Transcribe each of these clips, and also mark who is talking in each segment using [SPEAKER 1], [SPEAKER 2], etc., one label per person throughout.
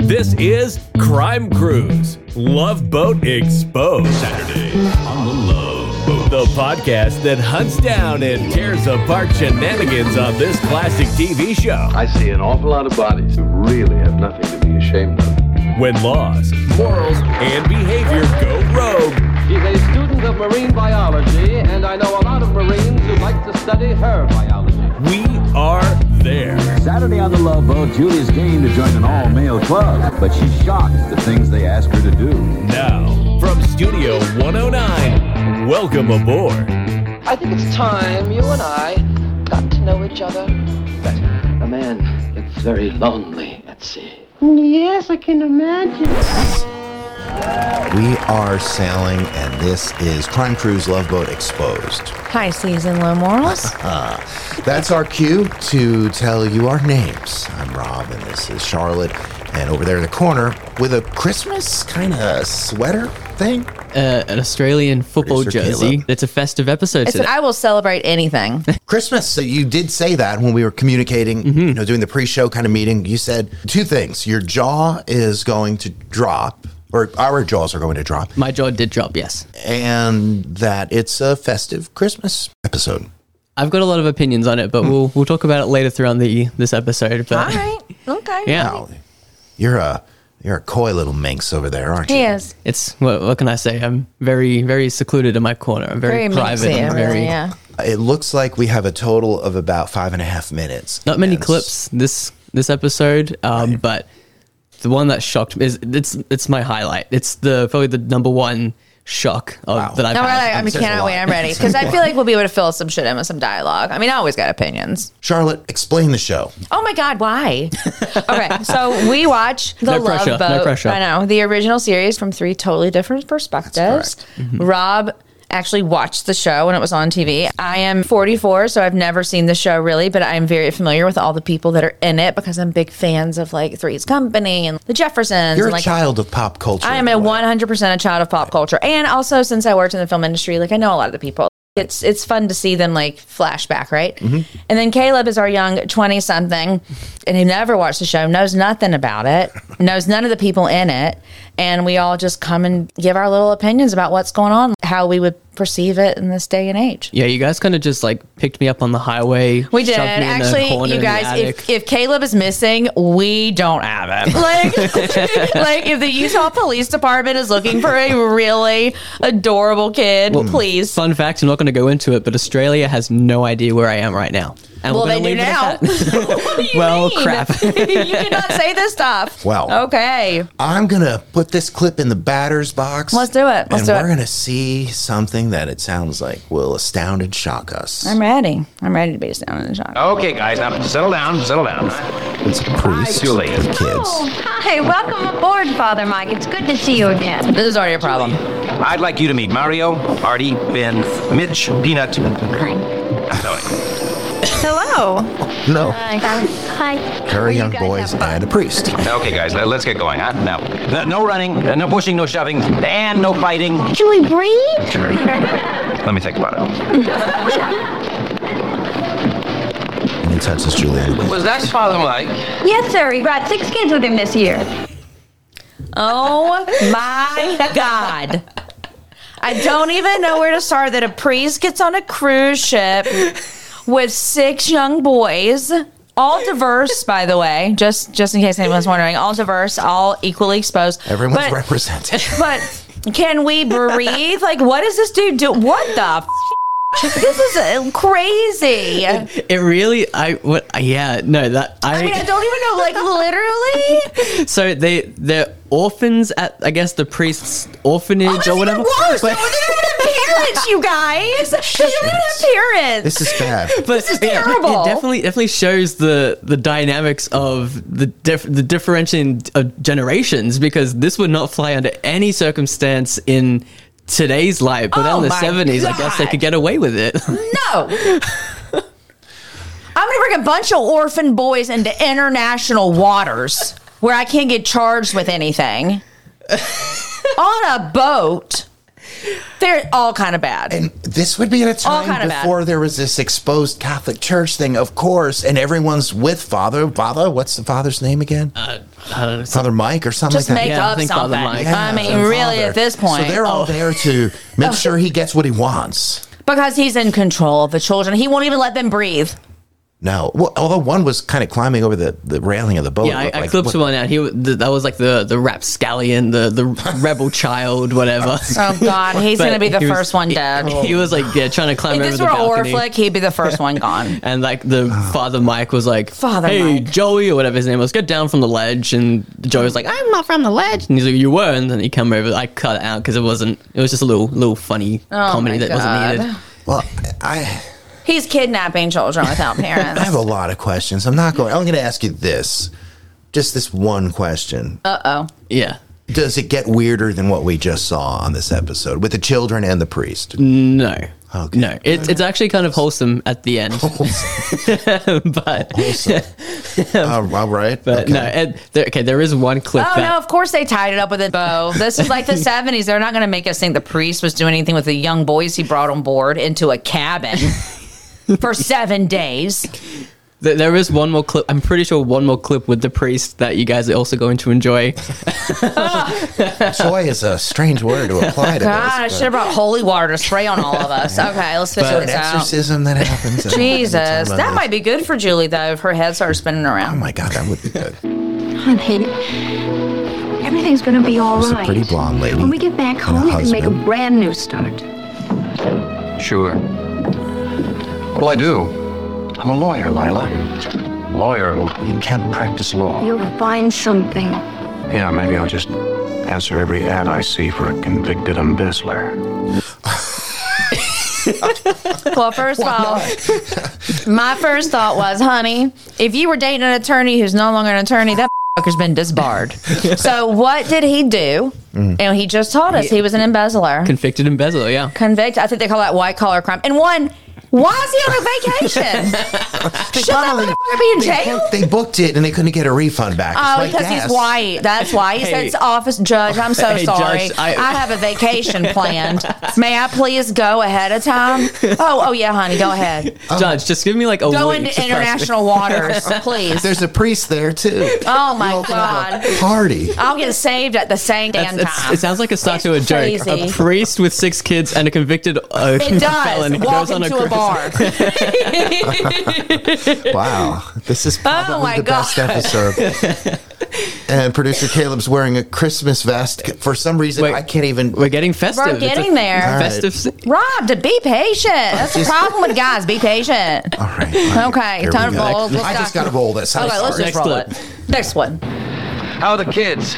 [SPEAKER 1] This is Crime Cruise Love Boat Exposed. Saturday on the Love Boat. The podcast that hunts down and tears apart shenanigans on this classic TV show.
[SPEAKER 2] I see an awful lot of bodies who really have nothing to be ashamed of.
[SPEAKER 1] When laws, morals, and behavior go rogue,
[SPEAKER 3] She's a student of marine biology, and I know a lot of Marines who like to study her biology.
[SPEAKER 1] we are there.
[SPEAKER 4] Saturday on the Love Boat, Julie's game to join an all-male club, but she's shocked at the things they ask her to do.
[SPEAKER 1] Now, from Studio 109, welcome aboard.
[SPEAKER 5] I think it's time you and I got to know each other.
[SPEAKER 3] A man gets very lonely at sea.
[SPEAKER 6] Yes, I can imagine.
[SPEAKER 7] We are sailing, and this is Crime Cruise Love Boat Exposed.
[SPEAKER 8] Pisces and low morals.
[SPEAKER 7] That's our cue to tell you our names. I'm Rob, and this is Charlotte. And over there in the corner, with a Christmas kind of sweater thing,
[SPEAKER 9] uh, an Australian football
[SPEAKER 7] Producer
[SPEAKER 9] jersey.
[SPEAKER 7] Caleb.
[SPEAKER 9] It's a festive episode
[SPEAKER 8] Listen,
[SPEAKER 9] today.
[SPEAKER 8] I will celebrate anything.
[SPEAKER 7] Christmas. So you did say that when we were communicating, you know, doing the pre-show kind of meeting. You said two things: your jaw is going to drop, or our jaws are going to drop,
[SPEAKER 9] My jaw did drop, yes.
[SPEAKER 7] and that it's a festive Christmas episode.
[SPEAKER 9] I've got a lot of opinions on it, but we'll we'll talk about it later throughout the this episode.
[SPEAKER 8] All
[SPEAKER 9] But
[SPEAKER 8] right. Okay.
[SPEAKER 9] yeah,
[SPEAKER 7] You're a you're a coy little minx over there, aren't you?
[SPEAKER 8] He is
[SPEAKER 9] it's what, what can I say? I'm very very secluded in my corner. I'm very,
[SPEAKER 8] very
[SPEAKER 9] private.
[SPEAKER 8] mixy.
[SPEAKER 9] and
[SPEAKER 8] really,
[SPEAKER 9] very
[SPEAKER 8] yeah.
[SPEAKER 7] It looks like we have a total of about five and a half minutes.
[SPEAKER 9] not many
[SPEAKER 7] And s-
[SPEAKER 9] clips this this episode, um, but the one that shocked me is it's it's my highlight. It's the probably the number one shock of,
[SPEAKER 7] Wow.
[SPEAKER 9] that I've
[SPEAKER 8] No,
[SPEAKER 9] had.
[SPEAKER 8] I, I
[SPEAKER 7] I'm
[SPEAKER 8] mean,
[SPEAKER 7] says a
[SPEAKER 8] cannot wait.
[SPEAKER 7] lot.
[SPEAKER 8] I'm ready because I feel like we'll be able to fill some shit in with some dialogue. I mean, I always got opinions.
[SPEAKER 7] Charlotte, explain the show.
[SPEAKER 8] Oh my God, why? okay, so we watch The
[SPEAKER 9] No
[SPEAKER 8] Love
[SPEAKER 9] pressure, no
[SPEAKER 8] Boat.
[SPEAKER 9] pressure.
[SPEAKER 8] I know, the original series from three totally different perspectives.
[SPEAKER 9] Mm-hmm.
[SPEAKER 8] Rob actually watched the show when it was on TV. I am 44, so I've never seen the show really, but I'm very familiar with all the people that are in it because I'm big fans of like Three's Company and The Jeffersons.
[SPEAKER 7] You're
[SPEAKER 8] and,
[SPEAKER 7] a
[SPEAKER 8] like,
[SPEAKER 7] child of pop culture.
[SPEAKER 8] I am
[SPEAKER 7] in
[SPEAKER 8] a
[SPEAKER 7] way.
[SPEAKER 8] 100% a child of pop culture. And also, since I worked in the film industry, like I know a lot of the people. It's it's fun to see them like flashback, right? And then Caleb is our young 20 something and he never watched the show, knows nothing about it, knows none of the people in it. And we all just come and give our little opinions about what's going on, how we would perceive it in this day and age.
[SPEAKER 9] yeah, you guys kind of just like picked me up on the highway.
[SPEAKER 8] We did.
[SPEAKER 9] shoved me in the corner
[SPEAKER 8] Actually,
[SPEAKER 9] in
[SPEAKER 8] you
[SPEAKER 9] the
[SPEAKER 8] guys,
[SPEAKER 9] attic.
[SPEAKER 8] if, if Caleb is missing, we don't have him. Like, like if the Utah Police Department is looking for a really adorable kid,
[SPEAKER 9] Hmm.
[SPEAKER 8] please.
[SPEAKER 9] Fun fact, I'm not going to go into it, but Australia has no idea where I am right now. And
[SPEAKER 8] Well,
[SPEAKER 9] we're
[SPEAKER 8] they
[SPEAKER 9] gonna
[SPEAKER 8] do
[SPEAKER 9] leave it
[SPEAKER 8] now.
[SPEAKER 9] at that.
[SPEAKER 8] What do you
[SPEAKER 9] Well, crap.
[SPEAKER 8] you cannot say this stuff.
[SPEAKER 7] Wow.
[SPEAKER 8] Okay.
[SPEAKER 7] I'm gonna put this clip in the batter's box.
[SPEAKER 8] Let's do it. Let's
[SPEAKER 7] and
[SPEAKER 8] do
[SPEAKER 7] we're
[SPEAKER 8] it.
[SPEAKER 7] gonna see something that it sounds like will astound and shock us.
[SPEAKER 8] I'm ready. I'm ready to be down in the shot.
[SPEAKER 3] Okay, guys, now settle down, settle down.
[SPEAKER 7] it's Bruce,
[SPEAKER 3] Julie.
[SPEAKER 7] for the kids.
[SPEAKER 6] Oh, hi. Welcome aboard, Father Mike. It's good to see you again.
[SPEAKER 8] This is already a problem.
[SPEAKER 3] I'd like you to meet Mario, Artie, Ben, Mitch, Peanut.
[SPEAKER 6] Hello.
[SPEAKER 7] No,
[SPEAKER 6] Hi.
[SPEAKER 7] very young boys and a priest.
[SPEAKER 3] Okay, guys, let- let's get going, huh? Now, no- no running, uh, no pushing, no shoving, and no fighting.
[SPEAKER 6] Should we breathe?
[SPEAKER 3] Let me think about it.
[SPEAKER 7] And he touches Julie anyway.
[SPEAKER 3] Was that Father Mike?
[SPEAKER 6] Yes, sir. He brought six kids with him this year.
[SPEAKER 8] Oh my God. I don't even know where to start that a priest gets on a cruise ship with six young boys, all diverse, by the way, just just in case anyone's wondering, all diverse, all equally exposed.
[SPEAKER 7] Everyone's
[SPEAKER 8] but,
[SPEAKER 7] represented.
[SPEAKER 8] But can we breathe? Like, what does this dude do? What the? F- this is uh, crazy.
[SPEAKER 9] It really, I, what, yeah, no, that, I,
[SPEAKER 8] I mean, I don't even know. Like, literally.
[SPEAKER 9] so they, they're orphans at, I guess, the priest's orphanage
[SPEAKER 8] Oh, that's
[SPEAKER 9] or
[SPEAKER 8] even
[SPEAKER 9] whatever.
[SPEAKER 8] worse.
[SPEAKER 9] But,
[SPEAKER 8] No, they don't even have parents, you guys. They don't even have parents.
[SPEAKER 7] This is bad.
[SPEAKER 9] but
[SPEAKER 8] is
[SPEAKER 9] yeah,
[SPEAKER 8] terrible.
[SPEAKER 9] It definitely, definitely shows the, the dynamics of the, dif- the differentiation of generations because this would not fly under any circumstance in today's life, but
[SPEAKER 8] Oh
[SPEAKER 9] in the
[SPEAKER 8] my
[SPEAKER 9] 70s, I guess they
[SPEAKER 8] God.
[SPEAKER 9] could get away with it.
[SPEAKER 8] No. I'm going to bring a bunch of orphan boys into international waters where I can't get charged with anything on a boat. They're all kind of bad.
[SPEAKER 7] And this would be at a time
[SPEAKER 8] kinda bad.
[SPEAKER 7] before there was this exposed Catholic Church thing, of course, and everyone's with Father. Father, what's the father's name again?
[SPEAKER 9] Uh, I don't know.
[SPEAKER 7] Father Mike or something
[SPEAKER 8] Just
[SPEAKER 7] like that.
[SPEAKER 8] make
[SPEAKER 9] Yeah, I
[SPEAKER 8] up
[SPEAKER 9] think Father
[SPEAKER 8] something.
[SPEAKER 9] Mike.
[SPEAKER 7] Yeah,
[SPEAKER 8] I mean,
[SPEAKER 7] some
[SPEAKER 8] really,
[SPEAKER 7] father.
[SPEAKER 8] at this point,
[SPEAKER 7] So they're all there to make sure he gets what he wants.
[SPEAKER 8] because he's in control of the children, he won't even let them breathe.
[SPEAKER 7] No. Well, although one was kind of climbing over the, the railing of the
[SPEAKER 8] Oh,
[SPEAKER 7] boat.
[SPEAKER 9] Yeah,
[SPEAKER 7] it
[SPEAKER 9] I, I
[SPEAKER 7] looked like.
[SPEAKER 9] clipped
[SPEAKER 7] What-
[SPEAKER 9] one out. He w- th- that was like the the rapscallion, the the rebel child, whatever.
[SPEAKER 8] Oh God, he's
[SPEAKER 9] But
[SPEAKER 8] gonna be the
[SPEAKER 9] he was-
[SPEAKER 8] first one dead.
[SPEAKER 9] He was like yeah, trying to climb
[SPEAKER 8] if
[SPEAKER 9] over
[SPEAKER 8] this
[SPEAKER 9] the
[SPEAKER 8] were a horror
[SPEAKER 9] balcony.
[SPEAKER 8] flick, he'd be the first one gone.
[SPEAKER 9] And like the father Mike was like,
[SPEAKER 8] Father
[SPEAKER 9] hey
[SPEAKER 8] Mike.
[SPEAKER 9] Joey or whatever his name was, get down from the ledge. And Joey was like, I'm not from the ledge. And he's like, you were. And then he came over. I cut it out because it wasn't. It was just a little little funny
[SPEAKER 8] Oh
[SPEAKER 9] comedy
[SPEAKER 8] my
[SPEAKER 9] that
[SPEAKER 8] God.
[SPEAKER 9] wasn't needed.
[SPEAKER 7] Well, I,
[SPEAKER 8] He's kidnapping children without parents.
[SPEAKER 7] I have a lot of questions. I'm not going. I'm going to ask you this. Just this one question.
[SPEAKER 8] Uh oh.
[SPEAKER 9] Yeah.
[SPEAKER 7] Does it get weirder than what we just saw on this episode with the children and the priest?
[SPEAKER 9] No.
[SPEAKER 7] Okay.
[SPEAKER 9] No. It's it's actually kind of wholesome at the end. Mm. but
[SPEAKER 7] Uh, all right.
[SPEAKER 9] but
[SPEAKER 7] okay.
[SPEAKER 9] no. And there, okay, there is one clip.
[SPEAKER 8] Oh
[SPEAKER 9] that,
[SPEAKER 8] no! Of course they tied it up with a bow. This is like the '70s. They're not going to make us think the priest was doing anything with the young boys he brought on board into a cabin for seven days.
[SPEAKER 9] Th- There is one more clip. I'm pretty sure one more clip with the priest that you guys are also going to enjoy.
[SPEAKER 7] Joy is a strange word to apply to
[SPEAKER 8] God, I
[SPEAKER 7] this.
[SPEAKER 8] should have brought holy water to spray on all of us. Okay, let's figure
[SPEAKER 7] but an
[SPEAKER 8] this out.
[SPEAKER 7] exorcism that happens.
[SPEAKER 8] Jesus, that might be good for Julie though if her head started spinning
[SPEAKER 7] Oh
[SPEAKER 8] around.
[SPEAKER 7] my God, that would be good.
[SPEAKER 6] Honey, everything's gonna be all
[SPEAKER 7] There's a
[SPEAKER 6] right.
[SPEAKER 7] pretty blonde lady
[SPEAKER 6] When we get back
[SPEAKER 7] and a
[SPEAKER 6] home, we can make a
[SPEAKER 7] husband.
[SPEAKER 6] brand new start.
[SPEAKER 2] Sure. What'll I do? I'm a lawyer, Lila. Lawyer, you can't practice law.
[SPEAKER 6] You'll find something.
[SPEAKER 2] Yeah, maybe I'll just answer every ad I see for a convicted embezzler.
[SPEAKER 7] Oh
[SPEAKER 8] Well, first of all, my first thought was, honey, if you were dating an attorney who's no longer an attorney, that fucker's been disbarred. so what did he do?
[SPEAKER 7] Mm.
[SPEAKER 8] And he just told us he was an embezzler.
[SPEAKER 9] Convicted embezzler, yeah.
[SPEAKER 8] Convict. I think they call that white collar crime. And one, why is he on a vacation? Should that
[SPEAKER 7] finally-
[SPEAKER 8] motherfucker be in
[SPEAKER 7] They
[SPEAKER 8] jail?
[SPEAKER 7] booked, they booked it and they couldn't get a refund back. It's
[SPEAKER 8] Oh,
[SPEAKER 7] like
[SPEAKER 8] because
[SPEAKER 7] gas.
[SPEAKER 8] he's white. That's why. He said
[SPEAKER 9] Hey.
[SPEAKER 8] says, "Office judge, I'm so
[SPEAKER 9] Hey,
[SPEAKER 8] sorry.
[SPEAKER 9] Judge,
[SPEAKER 8] I,
[SPEAKER 9] I-
[SPEAKER 8] have a vacation planned. May I please go ahead of time? Oh, oh yeah, honey, go ahead.
[SPEAKER 7] Oh.
[SPEAKER 9] Judge, just give me like a
[SPEAKER 8] Go
[SPEAKER 9] week.
[SPEAKER 8] into
[SPEAKER 9] Just
[SPEAKER 8] international waters, please.
[SPEAKER 7] There's a priest there too.
[SPEAKER 8] Oh my
[SPEAKER 7] You open up
[SPEAKER 8] god,
[SPEAKER 7] a Party.
[SPEAKER 8] I'll get saved at the same damn
[SPEAKER 9] That's- it's-
[SPEAKER 8] time.
[SPEAKER 9] it sounds like a start to a
[SPEAKER 8] It's
[SPEAKER 9] joke.
[SPEAKER 8] crazy.
[SPEAKER 9] A priest with six kids and a convicted uh,
[SPEAKER 8] it
[SPEAKER 9] felon
[SPEAKER 8] does. Walk
[SPEAKER 9] goes on a
[SPEAKER 8] into a,
[SPEAKER 9] cruise.
[SPEAKER 8] bar.
[SPEAKER 7] Wow. This is probably
[SPEAKER 8] Oh, my
[SPEAKER 7] the best
[SPEAKER 8] God.
[SPEAKER 7] episode. and producer Caleb's wearing a Christmas vest. For some reason,
[SPEAKER 9] Wait.
[SPEAKER 7] I can't even.
[SPEAKER 9] We're getting festive.
[SPEAKER 8] We're
[SPEAKER 9] It's a
[SPEAKER 8] getting there.
[SPEAKER 9] Festive. se-
[SPEAKER 8] Rob, to be patient. That's the problem with guys. Be patient.
[SPEAKER 7] All right. all
[SPEAKER 8] Okay,
[SPEAKER 7] here
[SPEAKER 8] time
[SPEAKER 7] we
[SPEAKER 8] to
[SPEAKER 7] go.
[SPEAKER 8] roll. Let's
[SPEAKER 7] I just
[SPEAKER 8] go.
[SPEAKER 7] got to roll this. I'm
[SPEAKER 8] Okay, let's
[SPEAKER 7] sorry.
[SPEAKER 8] just roll
[SPEAKER 9] Next
[SPEAKER 8] it. Next one.
[SPEAKER 3] How the kids?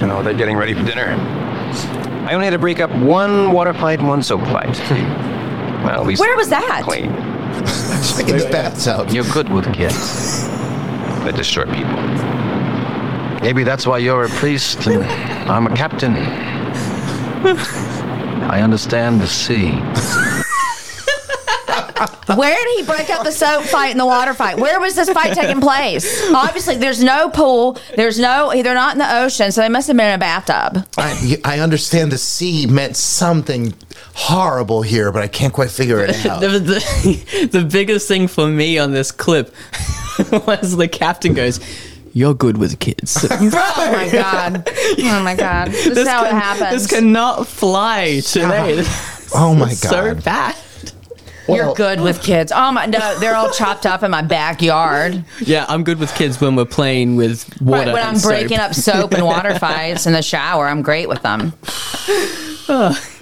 [SPEAKER 2] You know, they're getting ready for dinner.
[SPEAKER 3] I only had to break up one water fight and one soap fight.
[SPEAKER 2] Well, we
[SPEAKER 8] Where was that?
[SPEAKER 2] clean.
[SPEAKER 7] Check his bathtub.
[SPEAKER 2] You're good with kids. They destroy people. Maybe that's why you're a priest and I'm a captain. I understand the sea.
[SPEAKER 8] Where did he break up the soap fight and the water fight? Where was this fight taking place? Obviously, there's no pool. There's no. They're not in the ocean, so they must have been in a bathtub.
[SPEAKER 7] I, you- I understand the sea meant something horrible here, but I can't quite figure it out.
[SPEAKER 9] The, the, the biggest thing for me on this clip was the captain goes, "You're good with kids."
[SPEAKER 8] Oh my god! Oh my god! This, is how
[SPEAKER 9] can-
[SPEAKER 8] it happens.
[SPEAKER 9] This cannot fly today.
[SPEAKER 7] oh my god!
[SPEAKER 9] so bad.
[SPEAKER 8] You're good with kids. Oh my no! They're all chopped up in my backyard.
[SPEAKER 9] Yeah, I'm good with kids when we're playing with
[SPEAKER 8] Right,
[SPEAKER 9] water.
[SPEAKER 8] when I'm
[SPEAKER 9] and soap.
[SPEAKER 8] breaking up soap and water fights in the shower, I'm great with them.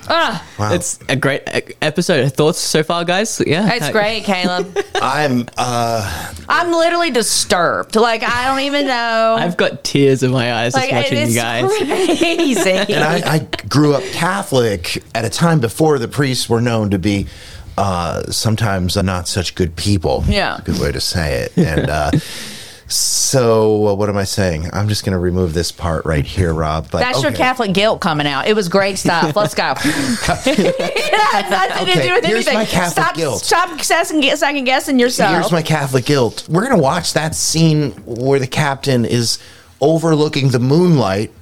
[SPEAKER 8] Ah,
[SPEAKER 7] Wow.
[SPEAKER 9] It's a great e- episode. Thoughts so far, guys? Yeah,
[SPEAKER 8] it's great, Caleb.
[SPEAKER 7] I'm. Uh,
[SPEAKER 8] I'm literally disturbed. Like I don't even know.
[SPEAKER 9] I've got tears in my eyes
[SPEAKER 8] like
[SPEAKER 9] just watching
[SPEAKER 8] it's
[SPEAKER 9] you guys.
[SPEAKER 8] crazy.
[SPEAKER 7] and I, I grew up Catholic at a time before the priests were known to be uh, sometimes not such good people.
[SPEAKER 8] Yeah.
[SPEAKER 7] good way to say it. And uh, so, uh, what am I saying? I'm just going to remove this part right here, Rob. But
[SPEAKER 8] That's your
[SPEAKER 7] okay.
[SPEAKER 8] Catholic guilt coming out. It was great stuff. Let's go. it has nothing to
[SPEAKER 7] Okay,
[SPEAKER 8] do with
[SPEAKER 7] here's
[SPEAKER 8] anything.
[SPEAKER 7] my Catholic
[SPEAKER 8] stop,
[SPEAKER 7] guilt.
[SPEAKER 8] stop second, second guessing yourself.
[SPEAKER 7] Here's my Catholic guilt. We're going to watch that scene where the captain is overlooking the moonlight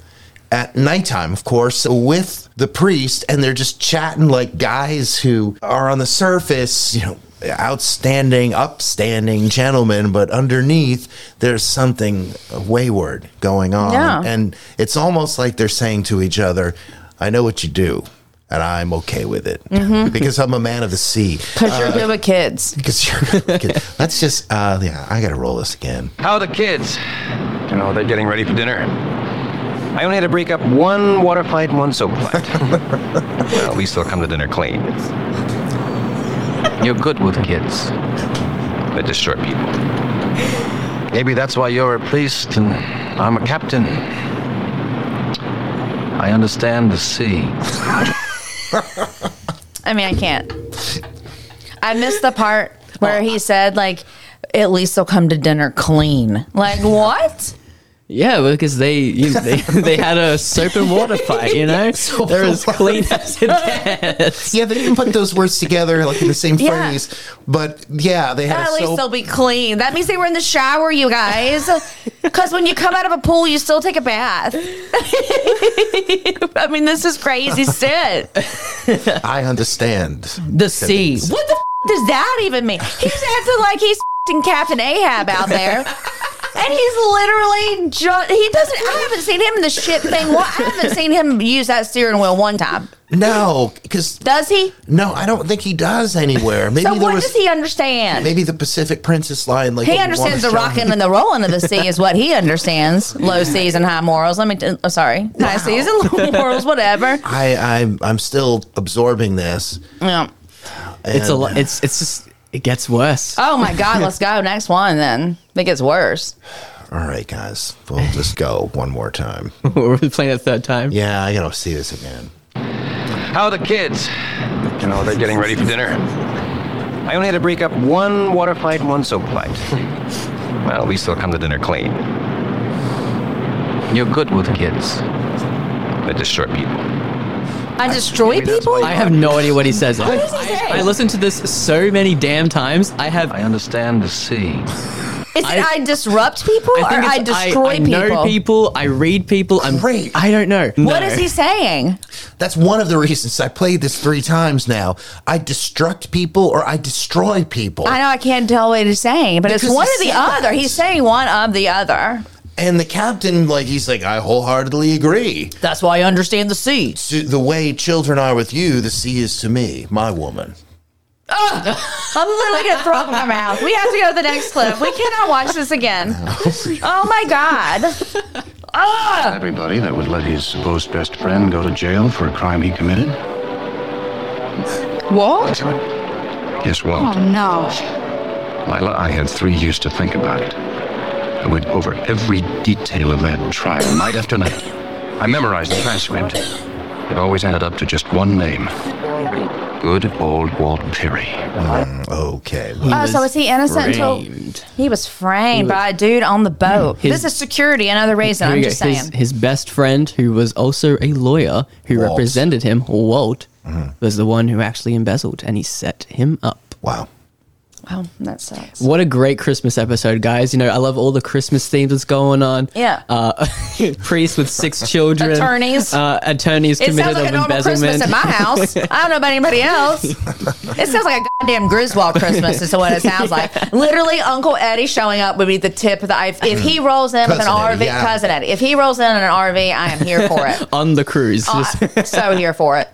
[SPEAKER 7] at nighttime, of course, with the priest, and they're just chatting like guys who are on the surface, you know, outstanding, upstanding gentlemen, but underneath there's something wayward going on.
[SPEAKER 8] Yeah.
[SPEAKER 7] And it's almost like they're saying to each other, I know what you do. And I'm okay with it because I'm a man of the sea.
[SPEAKER 8] Mm-hmm. Because you're good with kids.
[SPEAKER 7] Because you're let's just uh, yeah, I gotta roll this again.
[SPEAKER 2] How are the kids? You know, they're getting ready for dinner. I only had to break up one water fight and one soap fight. well, at least they'll come to dinner clean. You're good with kids. They destroy people. Maybe that's why you're a priest and I'm a captain. I understand the sea.
[SPEAKER 8] I mean, I can't. I missed the part where he said, like, at least they'll come to dinner clean. Like, what?
[SPEAKER 9] Yeah, well, because they, you know, they they had a soap and water fight, you know? They're as clean as it gets.
[SPEAKER 7] Yeah, they didn't put those words together like in the same
[SPEAKER 8] Yeah.
[SPEAKER 7] phrase, but yeah, they had
[SPEAKER 8] At
[SPEAKER 7] a
[SPEAKER 8] least
[SPEAKER 7] soap-
[SPEAKER 8] they'll be clean. That means they were in the shower, you guys. Because when you come out of a pool, you still take a bath. I mean, this is crazy shit.
[SPEAKER 7] I understand.
[SPEAKER 9] The sea.
[SPEAKER 8] What the f- does that even mean? He's acting like he's f***ing Captain Ahab out there. And he's literally just, he doesn't, I haven't seen him in the shit thing. Well, I haven't seen him use that steering wheel one time.
[SPEAKER 7] No, because
[SPEAKER 8] Does he?
[SPEAKER 7] no, I don't think he does anywhere. Maybe
[SPEAKER 8] So
[SPEAKER 7] there
[SPEAKER 8] what
[SPEAKER 7] was
[SPEAKER 8] does he understand?
[SPEAKER 7] maybe the Pacific Princess line. Like
[SPEAKER 8] He
[SPEAKER 7] what we
[SPEAKER 8] understands the
[SPEAKER 7] wanna show
[SPEAKER 8] rocking
[SPEAKER 7] him.
[SPEAKER 8] and the rolling of the sea is what he understands. Low seas and high morals. Let me. T- oh, sorry, high seas and low morals. Whatever.
[SPEAKER 7] I, I'm I'm still absorbing this.
[SPEAKER 8] Yeah.
[SPEAKER 9] It's a
[SPEAKER 7] and-
[SPEAKER 9] lo- it's it's just it gets worse.
[SPEAKER 8] Oh my God. Let's go next one. Then it gets worse.
[SPEAKER 7] All right, guys, we'll just go one more time.
[SPEAKER 9] We're playing it third time.
[SPEAKER 7] Yeah, I gotta see this again.
[SPEAKER 2] How are the kids? You know, they're getting ready for dinner. I only had to break up one water fight and one soap fight. Well, at least they'll come to dinner clean. You're good with kids. They destroy people.
[SPEAKER 8] I destroy
[SPEAKER 2] Maybe that's
[SPEAKER 8] people.
[SPEAKER 2] why
[SPEAKER 9] I have no idea what he says. I,
[SPEAKER 8] does he say?
[SPEAKER 9] I, I listened to this so many damn times. I have.
[SPEAKER 2] I understand the sea.
[SPEAKER 8] Is it I,
[SPEAKER 9] I-
[SPEAKER 8] disrupt people
[SPEAKER 9] I
[SPEAKER 8] or
[SPEAKER 9] think
[SPEAKER 8] I
[SPEAKER 9] it's-
[SPEAKER 8] destroy
[SPEAKER 9] I, I
[SPEAKER 8] people?
[SPEAKER 9] know people. I read people. I'm.
[SPEAKER 7] Great.
[SPEAKER 9] I don't know.
[SPEAKER 8] What is he saying?
[SPEAKER 7] That's one of the reasons I played this three times now. I destruct people or I destroy people.
[SPEAKER 8] I know I can't tell what he's saying, but it's
[SPEAKER 7] Because
[SPEAKER 8] one
[SPEAKER 7] he
[SPEAKER 8] or the
[SPEAKER 7] said
[SPEAKER 8] other.
[SPEAKER 7] that.
[SPEAKER 8] He's saying one of the other.
[SPEAKER 7] And the captain, like, he's like, I wholeheartedly agree.
[SPEAKER 8] That's why I understand the sea.
[SPEAKER 7] To the way children are with you, the sea is to me, my woman.
[SPEAKER 8] I'm literally gonna throw up in my mouth. We have to go to the next clip. We cannot watch this again. Oh my god. Ah!
[SPEAKER 2] Everybody that would let his supposed best friend go to jail for a crime he committed?
[SPEAKER 5] What?
[SPEAKER 2] Yes, Walt.
[SPEAKER 5] No.
[SPEAKER 2] Lila, I had three years to think about it. I went over every detail of that trial, night after night. I memorized the transcript. It always added up to just one name Good old Walt Perry.
[SPEAKER 7] Mm, Okay.
[SPEAKER 8] Oh, so is he innocent until
[SPEAKER 9] framed.
[SPEAKER 8] he was framed by a dude on the boat? this is security, another reason.
[SPEAKER 9] Here we
[SPEAKER 8] I'm
[SPEAKER 9] go.
[SPEAKER 8] just saying.
[SPEAKER 9] His, his best friend, who was also a lawyer who
[SPEAKER 7] Walt. Mm-hmm.
[SPEAKER 9] represented him, Walt, was the one who actually embezzled, and he set him up.
[SPEAKER 7] Wow.
[SPEAKER 8] well, Oh, that sucks.
[SPEAKER 9] What a great Christmas episode, guys! You know, I love all the Christmas themes that's going on.
[SPEAKER 8] Yeah.
[SPEAKER 9] uh, priest with six children,
[SPEAKER 8] Attorneys.
[SPEAKER 9] uh, attorneys
[SPEAKER 8] It sounds
[SPEAKER 9] committed
[SPEAKER 8] like a
[SPEAKER 9] of
[SPEAKER 8] normal Christmas
[SPEAKER 9] embezzlement.
[SPEAKER 8] at my house. I don't know about anybody else. It sounds like a goddamn Griswold Christmas is what it sounds like. Literally, Uncle Eddie showing up would be the tip of the. If, if
[SPEAKER 9] Hmm.
[SPEAKER 8] he rolls in with
[SPEAKER 7] Cousin
[SPEAKER 8] an
[SPEAKER 7] Eddie,
[SPEAKER 8] RV,
[SPEAKER 7] yeah.
[SPEAKER 8] cousin Eddie. If he rolls in in an RV, I am here for it.
[SPEAKER 9] on the cruise. Just-
[SPEAKER 8] I'm so here for it.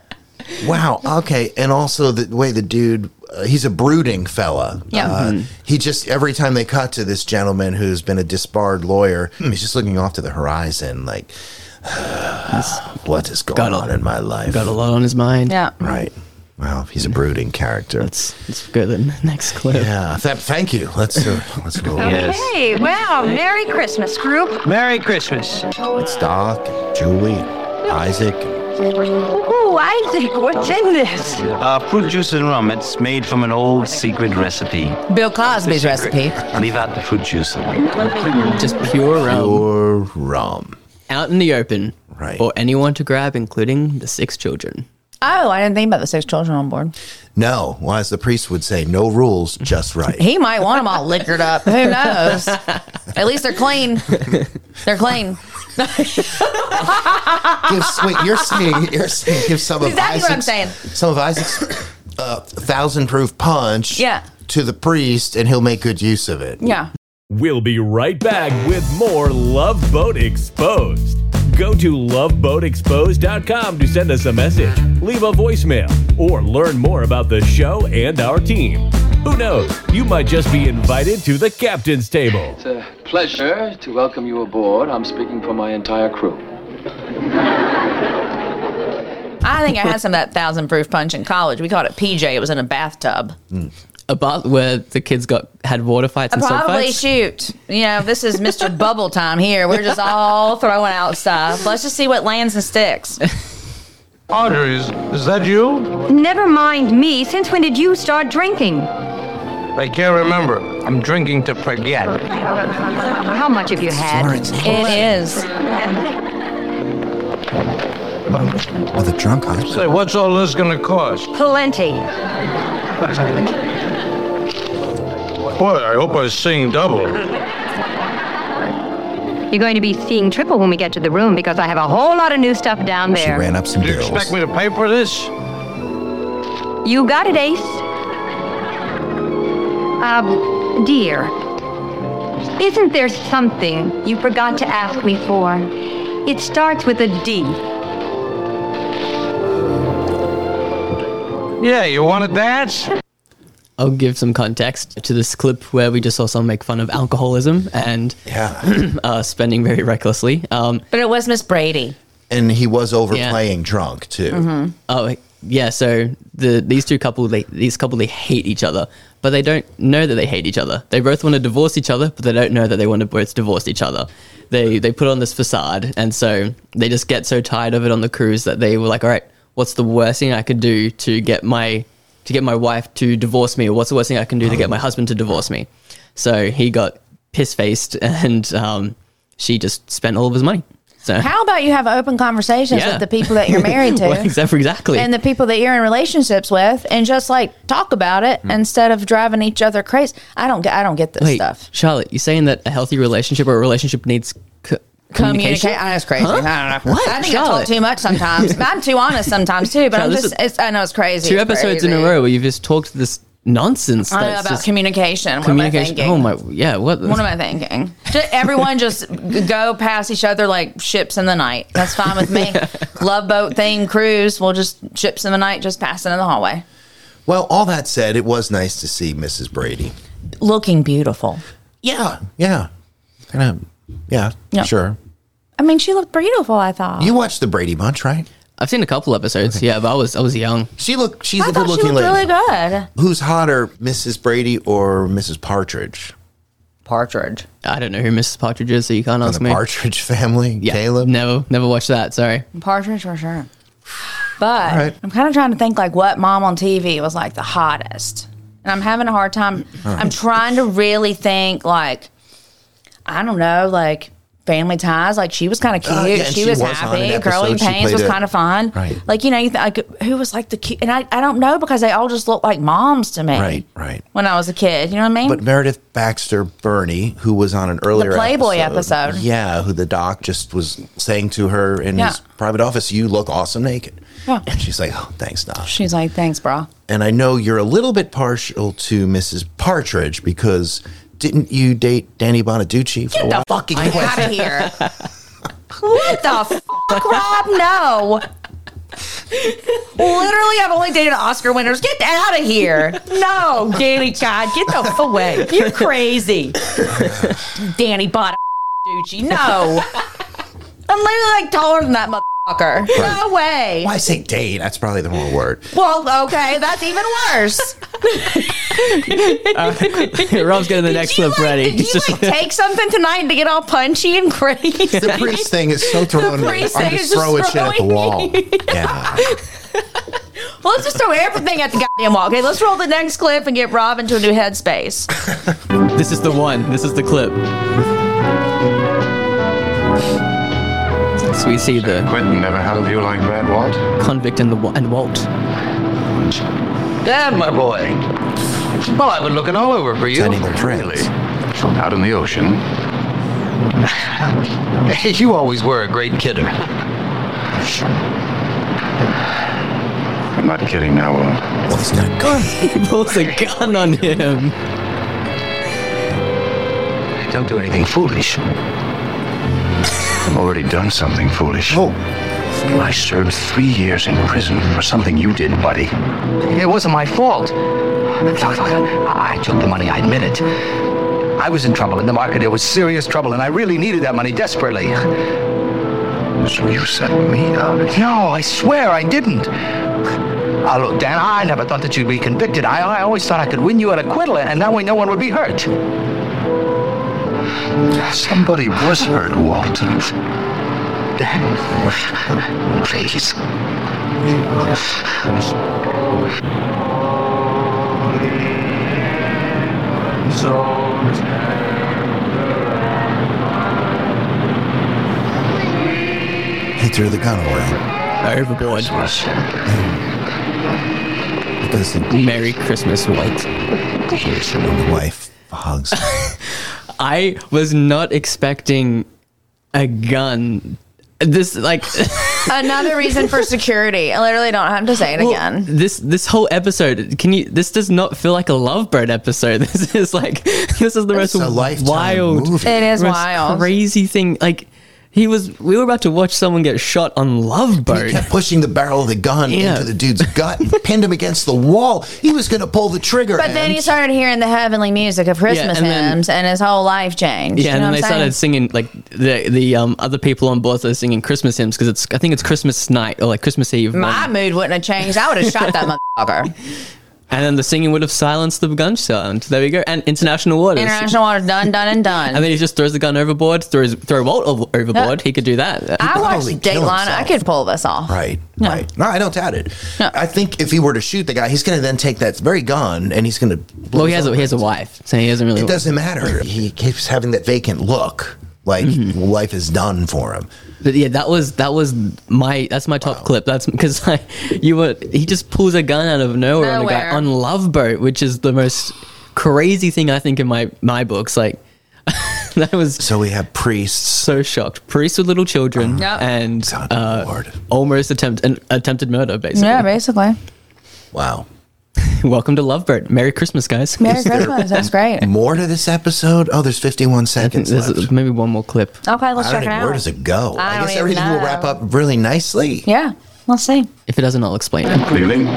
[SPEAKER 7] Wow. Okay. And also the way the dude, uh, he's a brooding fella.
[SPEAKER 8] Yeah.
[SPEAKER 7] Uh,
[SPEAKER 9] Mm-hmm.
[SPEAKER 7] He just, every time they cut to this gentleman who's been a disbarred lawyer,
[SPEAKER 9] Hmm.
[SPEAKER 7] he's just looking off to the horizon, like, what is going
[SPEAKER 9] Got a-
[SPEAKER 7] on in my life?
[SPEAKER 9] got a lot on his mind.
[SPEAKER 8] Yeah.
[SPEAKER 7] Right. Wow. He's a brooding character.
[SPEAKER 9] Let's, let's go to the next clip.
[SPEAKER 7] yeah. Th- thank you. Let's uh, let's go.
[SPEAKER 6] Hey, well, Merry Christmas, group.
[SPEAKER 10] Merry Christmas.
[SPEAKER 7] It's Doc, and Julie, and Isaac. and-
[SPEAKER 6] Ooh, Isaac, what's in this?
[SPEAKER 10] Uh, fruit juice and rum. It's made from an old secret recipe.
[SPEAKER 8] Bill Cosby's recipe.
[SPEAKER 10] Leave out the fruit juice.
[SPEAKER 9] Just pure rum
[SPEAKER 7] Or rum.
[SPEAKER 9] out in the open
[SPEAKER 7] Right.
[SPEAKER 9] for anyone to grab, including the six children.
[SPEAKER 8] Oh, I didn't think about the six children on board.
[SPEAKER 7] No, well, as the priest would say, no rules, just right.
[SPEAKER 8] He might want them all liquored up. Who knows? At least they're clean. They're clean.
[SPEAKER 7] give, wait, you're saying you're saying give some of
[SPEAKER 8] Exactly what I'm
[SPEAKER 7] Isaac's-
[SPEAKER 8] saying.
[SPEAKER 7] some of Isaac's uh, thousand proof punch
[SPEAKER 8] Yeah.
[SPEAKER 7] to the priest, and he'll make good use of it.
[SPEAKER 8] Yeah.
[SPEAKER 1] We'll be right back with more Love Boat Exposed. Go to loveboatexposed.com to send us a message, leave a voicemail, or learn more about the show and our team. Who knows? You might just be invited to the captain's table.
[SPEAKER 3] It's a pleasure to welcome you aboard. I'm speaking for my entire crew.
[SPEAKER 8] I think I had some of that thousand proof punch in college. We called it PJ. It was in a bathtub.
[SPEAKER 9] A bath where the kids got had water fights and soap
[SPEAKER 8] Probably
[SPEAKER 9] fights.
[SPEAKER 8] shoot. You know, this is Mr. Bubble time here. We're just all throwing out stuff. Let's just see what lands and sticks.
[SPEAKER 11] Audrey's, is that you?
[SPEAKER 6] Never mind me. Since when did you start drinking?
[SPEAKER 11] I can't remember. I'm drinking to forget.
[SPEAKER 6] How much have you had?
[SPEAKER 8] It is.
[SPEAKER 7] With a drunk eye.
[SPEAKER 11] Say, what's all this gonna cost?
[SPEAKER 6] Plenty.
[SPEAKER 11] Boy, I hope I sing double.
[SPEAKER 6] You're going to be seeing triple when we get to the room because I have a whole lot of new stuff down
[SPEAKER 7] She
[SPEAKER 6] there.
[SPEAKER 7] ran up some
[SPEAKER 11] Do you
[SPEAKER 7] bills.
[SPEAKER 11] expect me to pay for this?
[SPEAKER 6] You got it, Ace. Um, dear, isn't there something you forgot to ask me for? It starts with a D.
[SPEAKER 11] Yeah, you wanna dance?
[SPEAKER 9] I'll give some context to this clip where we just saw someone make fun of alcoholism and
[SPEAKER 7] Yeah.
[SPEAKER 9] uh, spending very recklessly. Um,
[SPEAKER 8] But it was Miss Brady.
[SPEAKER 7] and he was overplaying drunk too.
[SPEAKER 8] Mm-hmm.
[SPEAKER 9] Oh yeah, so the these two couple they these couple they hate each other, but they don't know that they hate each other. They both want to divorce each other, but they don't know that they want to both divorce each other. They they put on this facade, and so they just get so tired of it on the cruise that they were like, all right, what's the worst thing I could do to get my to get my wife to divorce me, or what's the worst thing I can do to get my husband to divorce me? So he got piss faced, and um, she just spent all of his money. So
[SPEAKER 8] How about you have open conversations
[SPEAKER 9] Yeah.
[SPEAKER 8] with the people that you're married to?
[SPEAKER 9] Well, exactly, exactly.
[SPEAKER 8] and the people that you're in relationships with and just like talk about it instead of driving each other crazy. I don't get I don't get this
[SPEAKER 9] Hmm. Wait,
[SPEAKER 8] stuff.
[SPEAKER 9] Charlotte, you saying that a healthy relationship or a relationship needs c- communication?
[SPEAKER 8] Communicate. I was crazy. I don't know.
[SPEAKER 9] What?
[SPEAKER 8] I think I
[SPEAKER 9] Charlotte?
[SPEAKER 8] talk too much sometimes. I'm too honest sometimes too. But
[SPEAKER 9] Charlotte,
[SPEAKER 8] I'm
[SPEAKER 9] this
[SPEAKER 8] just.
[SPEAKER 9] is
[SPEAKER 8] It's, I know it's crazy.
[SPEAKER 9] Two
[SPEAKER 8] It's
[SPEAKER 9] episodes in
[SPEAKER 8] crazy.
[SPEAKER 9] a row where you've just talked this nonsense.
[SPEAKER 8] I don't know
[SPEAKER 9] that's
[SPEAKER 8] about
[SPEAKER 9] just
[SPEAKER 8] communication. What
[SPEAKER 9] communication.
[SPEAKER 8] Am I
[SPEAKER 9] oh
[SPEAKER 8] thinking?
[SPEAKER 9] my, yeah. What?
[SPEAKER 8] What am I thinking? Ju- everyone just g- go past each other like ships in the night. That's fine with me. Love boat theme cruise. We'll just ships in the night, just passing in the hallway,
[SPEAKER 7] Well, all that said, it was nice to see Mrs. Brady.
[SPEAKER 8] looking beautiful.
[SPEAKER 7] Yeah, yeah, kind of, yeah,
[SPEAKER 8] Yeah.
[SPEAKER 7] sure.
[SPEAKER 8] I mean, she looked beautiful. I thought.
[SPEAKER 7] You watched the Brady Bunch, right?
[SPEAKER 9] I've seen a couple episodes. Yeah, but I was I was young.
[SPEAKER 7] She look, she's
[SPEAKER 8] I
[SPEAKER 7] a
[SPEAKER 8] thought
[SPEAKER 7] good
[SPEAKER 8] she
[SPEAKER 7] looking
[SPEAKER 8] looked
[SPEAKER 7] lady.
[SPEAKER 8] really good.
[SPEAKER 7] Who's hotter, Mrs. Brady or Mrs. Partridge?
[SPEAKER 8] Partridge.
[SPEAKER 9] I don't know who Mrs. Partridge is, so you can't
[SPEAKER 7] From
[SPEAKER 9] ask
[SPEAKER 7] the
[SPEAKER 9] me.
[SPEAKER 7] Partridge family,
[SPEAKER 9] yeah,
[SPEAKER 7] Caleb.
[SPEAKER 9] Never, never watched that. Sorry.
[SPEAKER 8] Partridge for sure. But
[SPEAKER 7] All right.
[SPEAKER 8] I'm kind of trying to think like what mom on TV was like the hottest. And I'm having a hard time. I'm trying to really think like, I don't know, like family ties. Like she was kind of cute.
[SPEAKER 7] Uh, yeah, and
[SPEAKER 8] she,
[SPEAKER 7] she
[SPEAKER 8] was,
[SPEAKER 7] was on an
[SPEAKER 8] happy.
[SPEAKER 7] episode.
[SPEAKER 8] Growing
[SPEAKER 7] She
[SPEAKER 8] Pains
[SPEAKER 7] played
[SPEAKER 8] was
[SPEAKER 7] a-
[SPEAKER 8] kind of fun.
[SPEAKER 7] Right.
[SPEAKER 8] Like, you know, you th- like, who was like the cute? And I, I don't know because they all just look like moms to me.
[SPEAKER 7] Right, right.
[SPEAKER 8] When I was a kid. You know what I mean?
[SPEAKER 7] But Meredith Baxter Burney, who was on an earlier
[SPEAKER 8] Playboy episode.
[SPEAKER 7] yeah, who the doc just was saying to her in his
[SPEAKER 8] Yeah.
[SPEAKER 7] private office, "You look awesome naked,"
[SPEAKER 8] Yeah.
[SPEAKER 7] and she's like, "Oh, thanks, Doc."
[SPEAKER 8] She's like, thanks, bro.
[SPEAKER 7] and I know you're a little bit partial to Mrs. Partridge because didn't you date Danny Bonaducci for a while? Fucking
[SPEAKER 8] Out of here. what the fuck, Rob? No. Literally, I've only dated Oscar winners. Get out of here. No, Danny Chad, get the f away. You're crazy. Danny bought a Ducci. No. I'm literally like taller than that motherfucker. No way.
[SPEAKER 7] Why say date? That's probably the wrong word.
[SPEAKER 8] Well, okay, that's even worse.
[SPEAKER 9] Rob's getting the next
[SPEAKER 8] Did you,
[SPEAKER 9] clip
[SPEAKER 8] like-
[SPEAKER 9] ready.
[SPEAKER 8] Did
[SPEAKER 9] It's
[SPEAKER 8] you
[SPEAKER 9] just-
[SPEAKER 8] like take something tonight to get all punchy and crazy?
[SPEAKER 7] The priest thing is so thrown. I'm
[SPEAKER 8] priest thing is just
[SPEAKER 7] just throwing shit at the
[SPEAKER 8] throwing-
[SPEAKER 7] wall. Yeah.
[SPEAKER 8] Well, let's just throw everything at the goddamn wall. Okay, let's roll the next clip and get Rob into a new headspace.
[SPEAKER 9] this is the one. This is the clip. So we see the
[SPEAKER 2] Quentin never held you like that, Walt.
[SPEAKER 9] convict and the wa- and Walt.
[SPEAKER 11] Dad, my boy. Well, I've been looking all over for you.
[SPEAKER 7] Sending their friends.
[SPEAKER 2] Really? Out in the ocean,
[SPEAKER 10] you always were a great kidder.
[SPEAKER 2] I'm not kidding now, uh, Will.
[SPEAKER 7] What's that gun?
[SPEAKER 9] he pulls a gun on him.
[SPEAKER 2] Don't do anything foolish. I've already done something foolish. Oh. I served three years in prison for something you did, buddy.
[SPEAKER 10] It wasn't my fault. Look, look, I took the money, I admit it. I was in trouble in the market. It was serious trouble, and I really needed that money desperately.
[SPEAKER 2] So you set me up?
[SPEAKER 10] No, I swear I didn't. Ah, look, Dan, I never thought that you'd be convicted. I, I always thought I could win you at acquittal, and that way no one would be hurt.
[SPEAKER 2] Somebody was hurt, Walton. Dan, please.
[SPEAKER 7] He threw the gun away.
[SPEAKER 9] Overboard.
[SPEAKER 7] Because the
[SPEAKER 9] Merry Christmas, White.
[SPEAKER 7] the wife hugs. him.
[SPEAKER 9] I was not expecting a gun. This like
[SPEAKER 8] Another reason for security. I literally don't have to say it again.
[SPEAKER 9] this this whole episode. Can you? This does not feel like a Lovebird episode. This is like this is the most
[SPEAKER 7] a lifetime
[SPEAKER 9] wild,
[SPEAKER 7] movie.
[SPEAKER 8] It is
[SPEAKER 9] most
[SPEAKER 8] wild.
[SPEAKER 9] crazy thing. Like he was. We were about to watch someone get shot on
[SPEAKER 7] He
[SPEAKER 9] Lovebird.
[SPEAKER 7] kept pushing the barrel of the gun
[SPEAKER 9] Yeah.
[SPEAKER 7] into the dude's gut and pinned him against the wall. He was going to pull the trigger.
[SPEAKER 8] But then
[SPEAKER 7] and-
[SPEAKER 8] he started hearing the heavenly music of Christmas
[SPEAKER 9] and then-
[SPEAKER 8] hymns, and his whole life changed.
[SPEAKER 9] Yeah,
[SPEAKER 8] you know what
[SPEAKER 9] and then they
[SPEAKER 8] I'm
[SPEAKER 9] started
[SPEAKER 8] saying?
[SPEAKER 9] singing like the the um, other people on board started singing Christmas hymns because it's I think it's Christmas night or like Christmas Eve.
[SPEAKER 8] My
[SPEAKER 9] morning.
[SPEAKER 8] mood wouldn't have changed. I would have shot that motherfucker.
[SPEAKER 9] and then the singing would have silenced the gun sound. There we go. And international waters.
[SPEAKER 8] International water, done, done, and done.
[SPEAKER 9] and then he just throws the gun overboard. Throws throw Walt over- overboard. He could do that.
[SPEAKER 8] I watched
[SPEAKER 7] probably kill
[SPEAKER 8] Dateline. I
[SPEAKER 7] himself.
[SPEAKER 8] could pull this off.
[SPEAKER 7] Right. Right. No, I don't doubt it. I think if he were to shoot the guy, he's going to then take that very gun and he's going to.
[SPEAKER 9] well, he has a, he has a wife, so he doesn't really.
[SPEAKER 7] It doesn't matter. He keeps having that vacant look, like
[SPEAKER 8] Mm-hmm.
[SPEAKER 7] life is done for him.
[SPEAKER 9] But yeah, that was that was my that's my top clip. That's because like you were he just pulls a gun out of nowhere, on a guy
[SPEAKER 8] Nowhere.
[SPEAKER 9] on Love Boat, which is the most crazy thing I think in my my books. Like that was
[SPEAKER 7] So we have priests.
[SPEAKER 9] so shocked. Priests with little children
[SPEAKER 8] Yep.
[SPEAKER 9] and
[SPEAKER 7] God,
[SPEAKER 9] uh,
[SPEAKER 7] Lord.
[SPEAKER 9] almost attempt an attempted murder. Basically,
[SPEAKER 8] Yeah, basically.
[SPEAKER 7] Wow.
[SPEAKER 9] welcome to Lovebird. Merry Christmas, guys.
[SPEAKER 8] Merry Christmas. That's great.
[SPEAKER 7] More to this episode? Oh, there's 51
[SPEAKER 9] I think
[SPEAKER 7] seconds
[SPEAKER 9] there's
[SPEAKER 7] left.
[SPEAKER 9] maybe one more clip.
[SPEAKER 8] Okay, let's
[SPEAKER 7] I
[SPEAKER 8] check
[SPEAKER 7] don't
[SPEAKER 8] it
[SPEAKER 7] even,
[SPEAKER 8] out.
[SPEAKER 7] where does it go?
[SPEAKER 8] I
[SPEAKER 7] I,
[SPEAKER 8] don't
[SPEAKER 7] guess
[SPEAKER 8] even
[SPEAKER 7] everything will
[SPEAKER 8] know.
[SPEAKER 7] wrap up really nicely.
[SPEAKER 8] Yeah, let's see.
[SPEAKER 9] If it doesn't, I'll explain it.
[SPEAKER 2] Good evening.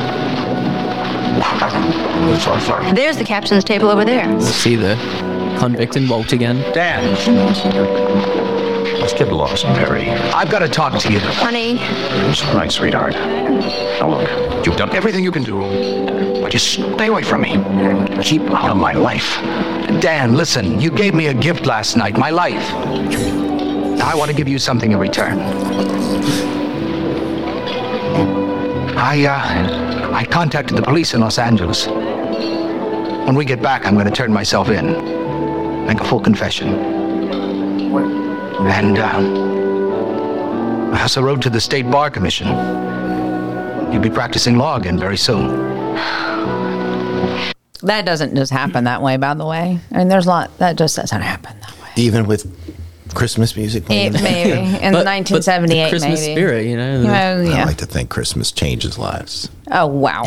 [SPEAKER 2] It's all fine.
[SPEAKER 6] There's the captain's table over there.
[SPEAKER 9] See the convict and Walt again.
[SPEAKER 10] Dan,
[SPEAKER 2] Let's get lost, Perry.
[SPEAKER 10] I've got to talk to you.
[SPEAKER 6] Honey,
[SPEAKER 2] It's all right, sweetheart. Now look, you've done everything you can do, but just stay away from me. Keep out of my life.
[SPEAKER 10] Dan, listen, you gave me a gift last night, my life. I want to give you something in return. I, uh, I contacted the police in Los Angeles. When we get back, I'm going to turn myself in. Make a full confession. And, uh, I also wrote to the State Bar Commission. You'll be practicing law again very soon.
[SPEAKER 8] That doesn't just happen that way, by the way. I mean, there's a lot that just doesn't happen that way.
[SPEAKER 7] Even with Christmas music. playing.
[SPEAKER 8] It, maybe in
[SPEAKER 9] But- but the
[SPEAKER 8] 1978,
[SPEAKER 9] Christmas
[SPEAKER 8] maybe.
[SPEAKER 9] spirit, you know. the-
[SPEAKER 8] Oh,
[SPEAKER 7] I
[SPEAKER 8] yeah.
[SPEAKER 7] like to think Christmas changes lives.
[SPEAKER 8] Oh wow,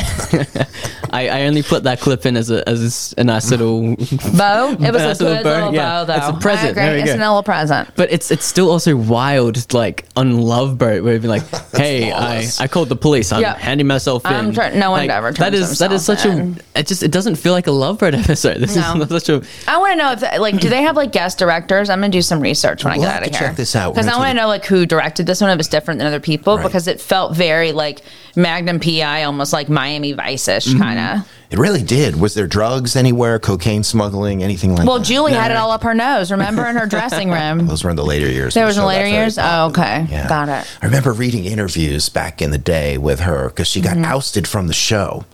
[SPEAKER 9] I, I only put that clip in as a as a nice little,
[SPEAKER 8] bow. It was
[SPEAKER 9] That's
[SPEAKER 8] a
[SPEAKER 9] a
[SPEAKER 8] good
[SPEAKER 9] bow,
[SPEAKER 8] little
[SPEAKER 9] yeah.
[SPEAKER 8] bow, though.
[SPEAKER 9] It's a present.
[SPEAKER 8] I agree.
[SPEAKER 9] There we
[SPEAKER 8] it's
[SPEAKER 9] go.
[SPEAKER 8] an little present.
[SPEAKER 9] but it's it's still also wild, like on Love Boat, where it'd be like, "Hey, I,
[SPEAKER 7] flawless.
[SPEAKER 9] I called the police. I'm
[SPEAKER 8] Yep.
[SPEAKER 9] handing myself in."
[SPEAKER 8] I'm try- no one
[SPEAKER 9] like,
[SPEAKER 8] ever
[SPEAKER 9] That
[SPEAKER 8] turns
[SPEAKER 9] is that is
[SPEAKER 8] themselves
[SPEAKER 9] such
[SPEAKER 8] in.
[SPEAKER 9] a. It just it doesn't feel like a Love Boat episode. This
[SPEAKER 8] No.
[SPEAKER 9] is such a.
[SPEAKER 8] I want to know if like do they have like guest directors? I'm gonna do some research when
[SPEAKER 7] We'll
[SPEAKER 8] I
[SPEAKER 7] have
[SPEAKER 8] get out of
[SPEAKER 7] to
[SPEAKER 8] here.
[SPEAKER 7] check this out. We're
[SPEAKER 8] because
[SPEAKER 7] gonna
[SPEAKER 8] I want to
[SPEAKER 7] take-
[SPEAKER 8] know like who directed this one. If it's different than other people
[SPEAKER 7] Right.
[SPEAKER 8] because it felt very like Magnum PI, almost like Miami Vice ish
[SPEAKER 7] Mm-hmm.
[SPEAKER 8] kind of.
[SPEAKER 7] It really did. Was there drugs anywhere? Cocaine smuggling? Anything like
[SPEAKER 8] Well,
[SPEAKER 7] that?
[SPEAKER 8] Julie had it all up her nose. Remember in her dressing room.
[SPEAKER 7] Those were in the later years.
[SPEAKER 8] There
[SPEAKER 7] of
[SPEAKER 8] was
[SPEAKER 7] the
[SPEAKER 8] in
[SPEAKER 7] show.
[SPEAKER 8] later
[SPEAKER 7] That's very
[SPEAKER 8] years? Oh,
[SPEAKER 7] popular.
[SPEAKER 8] okay. Got it.
[SPEAKER 7] I remember reading interviews back in the day with her because she
[SPEAKER 8] Mm-hmm.
[SPEAKER 7] got ousted from the show.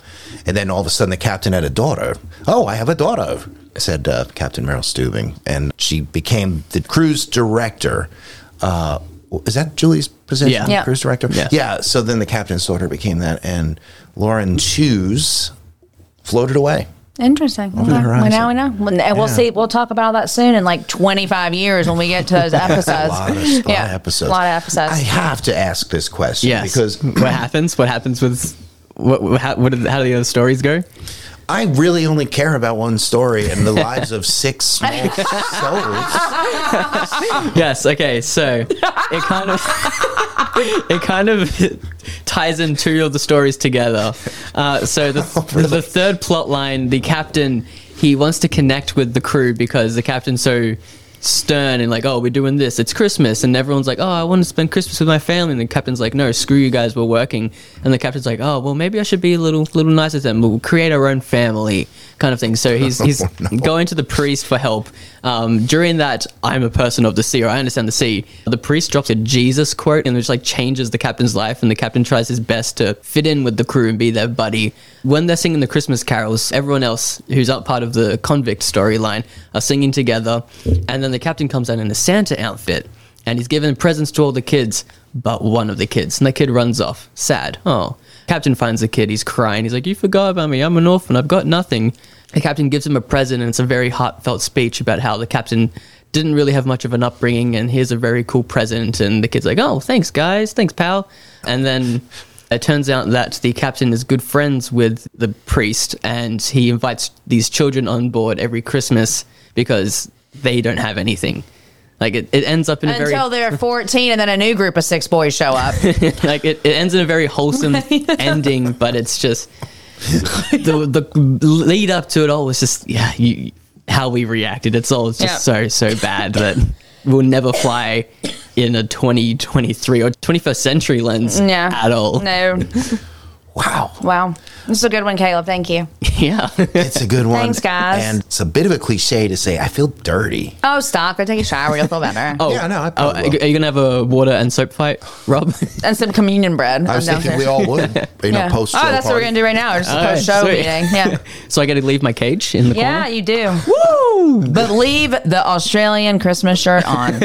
[SPEAKER 7] And then all of a sudden, the captain had a daughter. Oh, I have a daughter, said uh, Captain Merrill Steubing. And she became the cruise director. Uh, is that Julie's position?
[SPEAKER 9] Yeah. Yeah.
[SPEAKER 7] Cruise director?
[SPEAKER 9] Yeah.
[SPEAKER 7] yeah. So then the captain's daughter became that. And Lauren Chews floated away.
[SPEAKER 8] Interesting.
[SPEAKER 7] Open the
[SPEAKER 8] Okay. Well,
[SPEAKER 7] horizon.
[SPEAKER 8] now we know. Well, And we'll
[SPEAKER 7] Yeah.
[SPEAKER 8] see. We'll talk about all that soon in like 25 years when we get to those
[SPEAKER 7] a
[SPEAKER 8] episodes.
[SPEAKER 7] lot of, a lot of episodes.
[SPEAKER 8] A lot of episodes.
[SPEAKER 7] I have to ask this question
[SPEAKER 9] Yes.
[SPEAKER 7] because
[SPEAKER 9] what happens? What happens with what? what how, what did, how do the other stories go?
[SPEAKER 7] I really only care about one story and the lives of six small
[SPEAKER 9] yes. Okay. So it kind of it kind of ties in two of the stories together. Uh, so the the third plot line, the captain, he wants to connect with the crew because the captain's so stern and like, oh, we're doing this. It's Christmas, and everyone's like, oh, I want to spend Christmas with my family. And the captain's like, no, screw you guys, we're working. And the captain's like, oh, well, maybe I should be a little little nicer to them. We'll create our own family, kind of thing. So he's he's going to the priest for help. Um, during that, I'm a person of the sea, or I understand the sea. The priest drops a Jesus quote and it just like changes the captain's life, and the captain tries his best to fit in with the crew and be their buddy. When they're singing the Christmas carols, everyone else who's not part of the convict storyline are singing together, and then the captain comes out in a Santa outfit. And he's giving presents to all the kids, but one of the kids. And the kid runs off, sad. Oh. Captain finds the kid. He's crying. He's like, You forgot about me. I'm an orphan. I've got nothing. The captain gives him a present, and it's a very heartfelt speech about how the captain didn't really have much of an upbringing, and here's a very cool present. And the kid's like, Oh, thanks, guys. Thanks, pal. And then it turns out that the captain is good friends with the priest, and he invites these children on board every Christmas because they don't have anything. Like, it, it ends up in a very.
[SPEAKER 8] Until they're 14 and then a new group of six boys show up.
[SPEAKER 9] like it, it ends in a very wholesome ending, but it's just the the lead up to it all was just yeah, you, how we reacted. It's all just
[SPEAKER 8] Yeah.
[SPEAKER 9] so so bad that we'll never fly in a 2023 or 21st century lens
[SPEAKER 8] yeah.
[SPEAKER 9] at all.
[SPEAKER 8] No.
[SPEAKER 7] wow.
[SPEAKER 8] Wow. This is a good one, Caleb. Thank you.
[SPEAKER 9] Yeah.
[SPEAKER 7] It's a good one.
[SPEAKER 8] Thanks, guys.
[SPEAKER 7] And it's a bit of a cliche to say, I feel dirty.
[SPEAKER 8] Oh, stop. Go take a shower. You'll feel better.
[SPEAKER 9] Oh, yeah, no, I oh, are you going to have a water and soap fight, Rob?
[SPEAKER 8] And some communion bread.
[SPEAKER 9] I was
[SPEAKER 8] I'm
[SPEAKER 9] thinking
[SPEAKER 8] downstairs.
[SPEAKER 9] we all would, you know, post-show
[SPEAKER 8] Oh, that's what we're going
[SPEAKER 9] party.
[SPEAKER 8] to do right now. It's
[SPEAKER 9] All
[SPEAKER 8] a
[SPEAKER 9] right,
[SPEAKER 8] post show
[SPEAKER 9] sweet.
[SPEAKER 8] meeting. Yeah.
[SPEAKER 9] so I got to leave my cage in the
[SPEAKER 8] Yeah,
[SPEAKER 9] corner?
[SPEAKER 8] you do. Woo! But leave the Australian Christmas shirt on.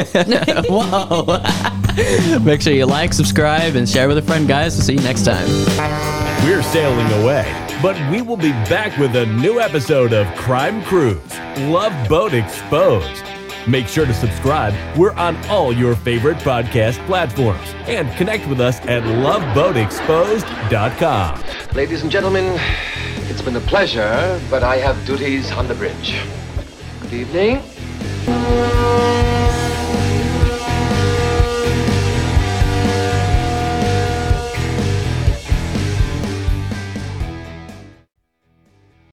[SPEAKER 9] Whoa. Make sure you like, subscribe, and share with a friend, guys. We'll see you next time.
[SPEAKER 1] We're sailing away, but we will be back with a new episode of Crime Cruise Love Boat Exposed. Make sure to subscribe. We're on all your favorite podcast platforms and connect with us at loveboatexposed.com.
[SPEAKER 3] Ladies and gentlemen, it's been a pleasure, but I have duties on the bridge. Good evening.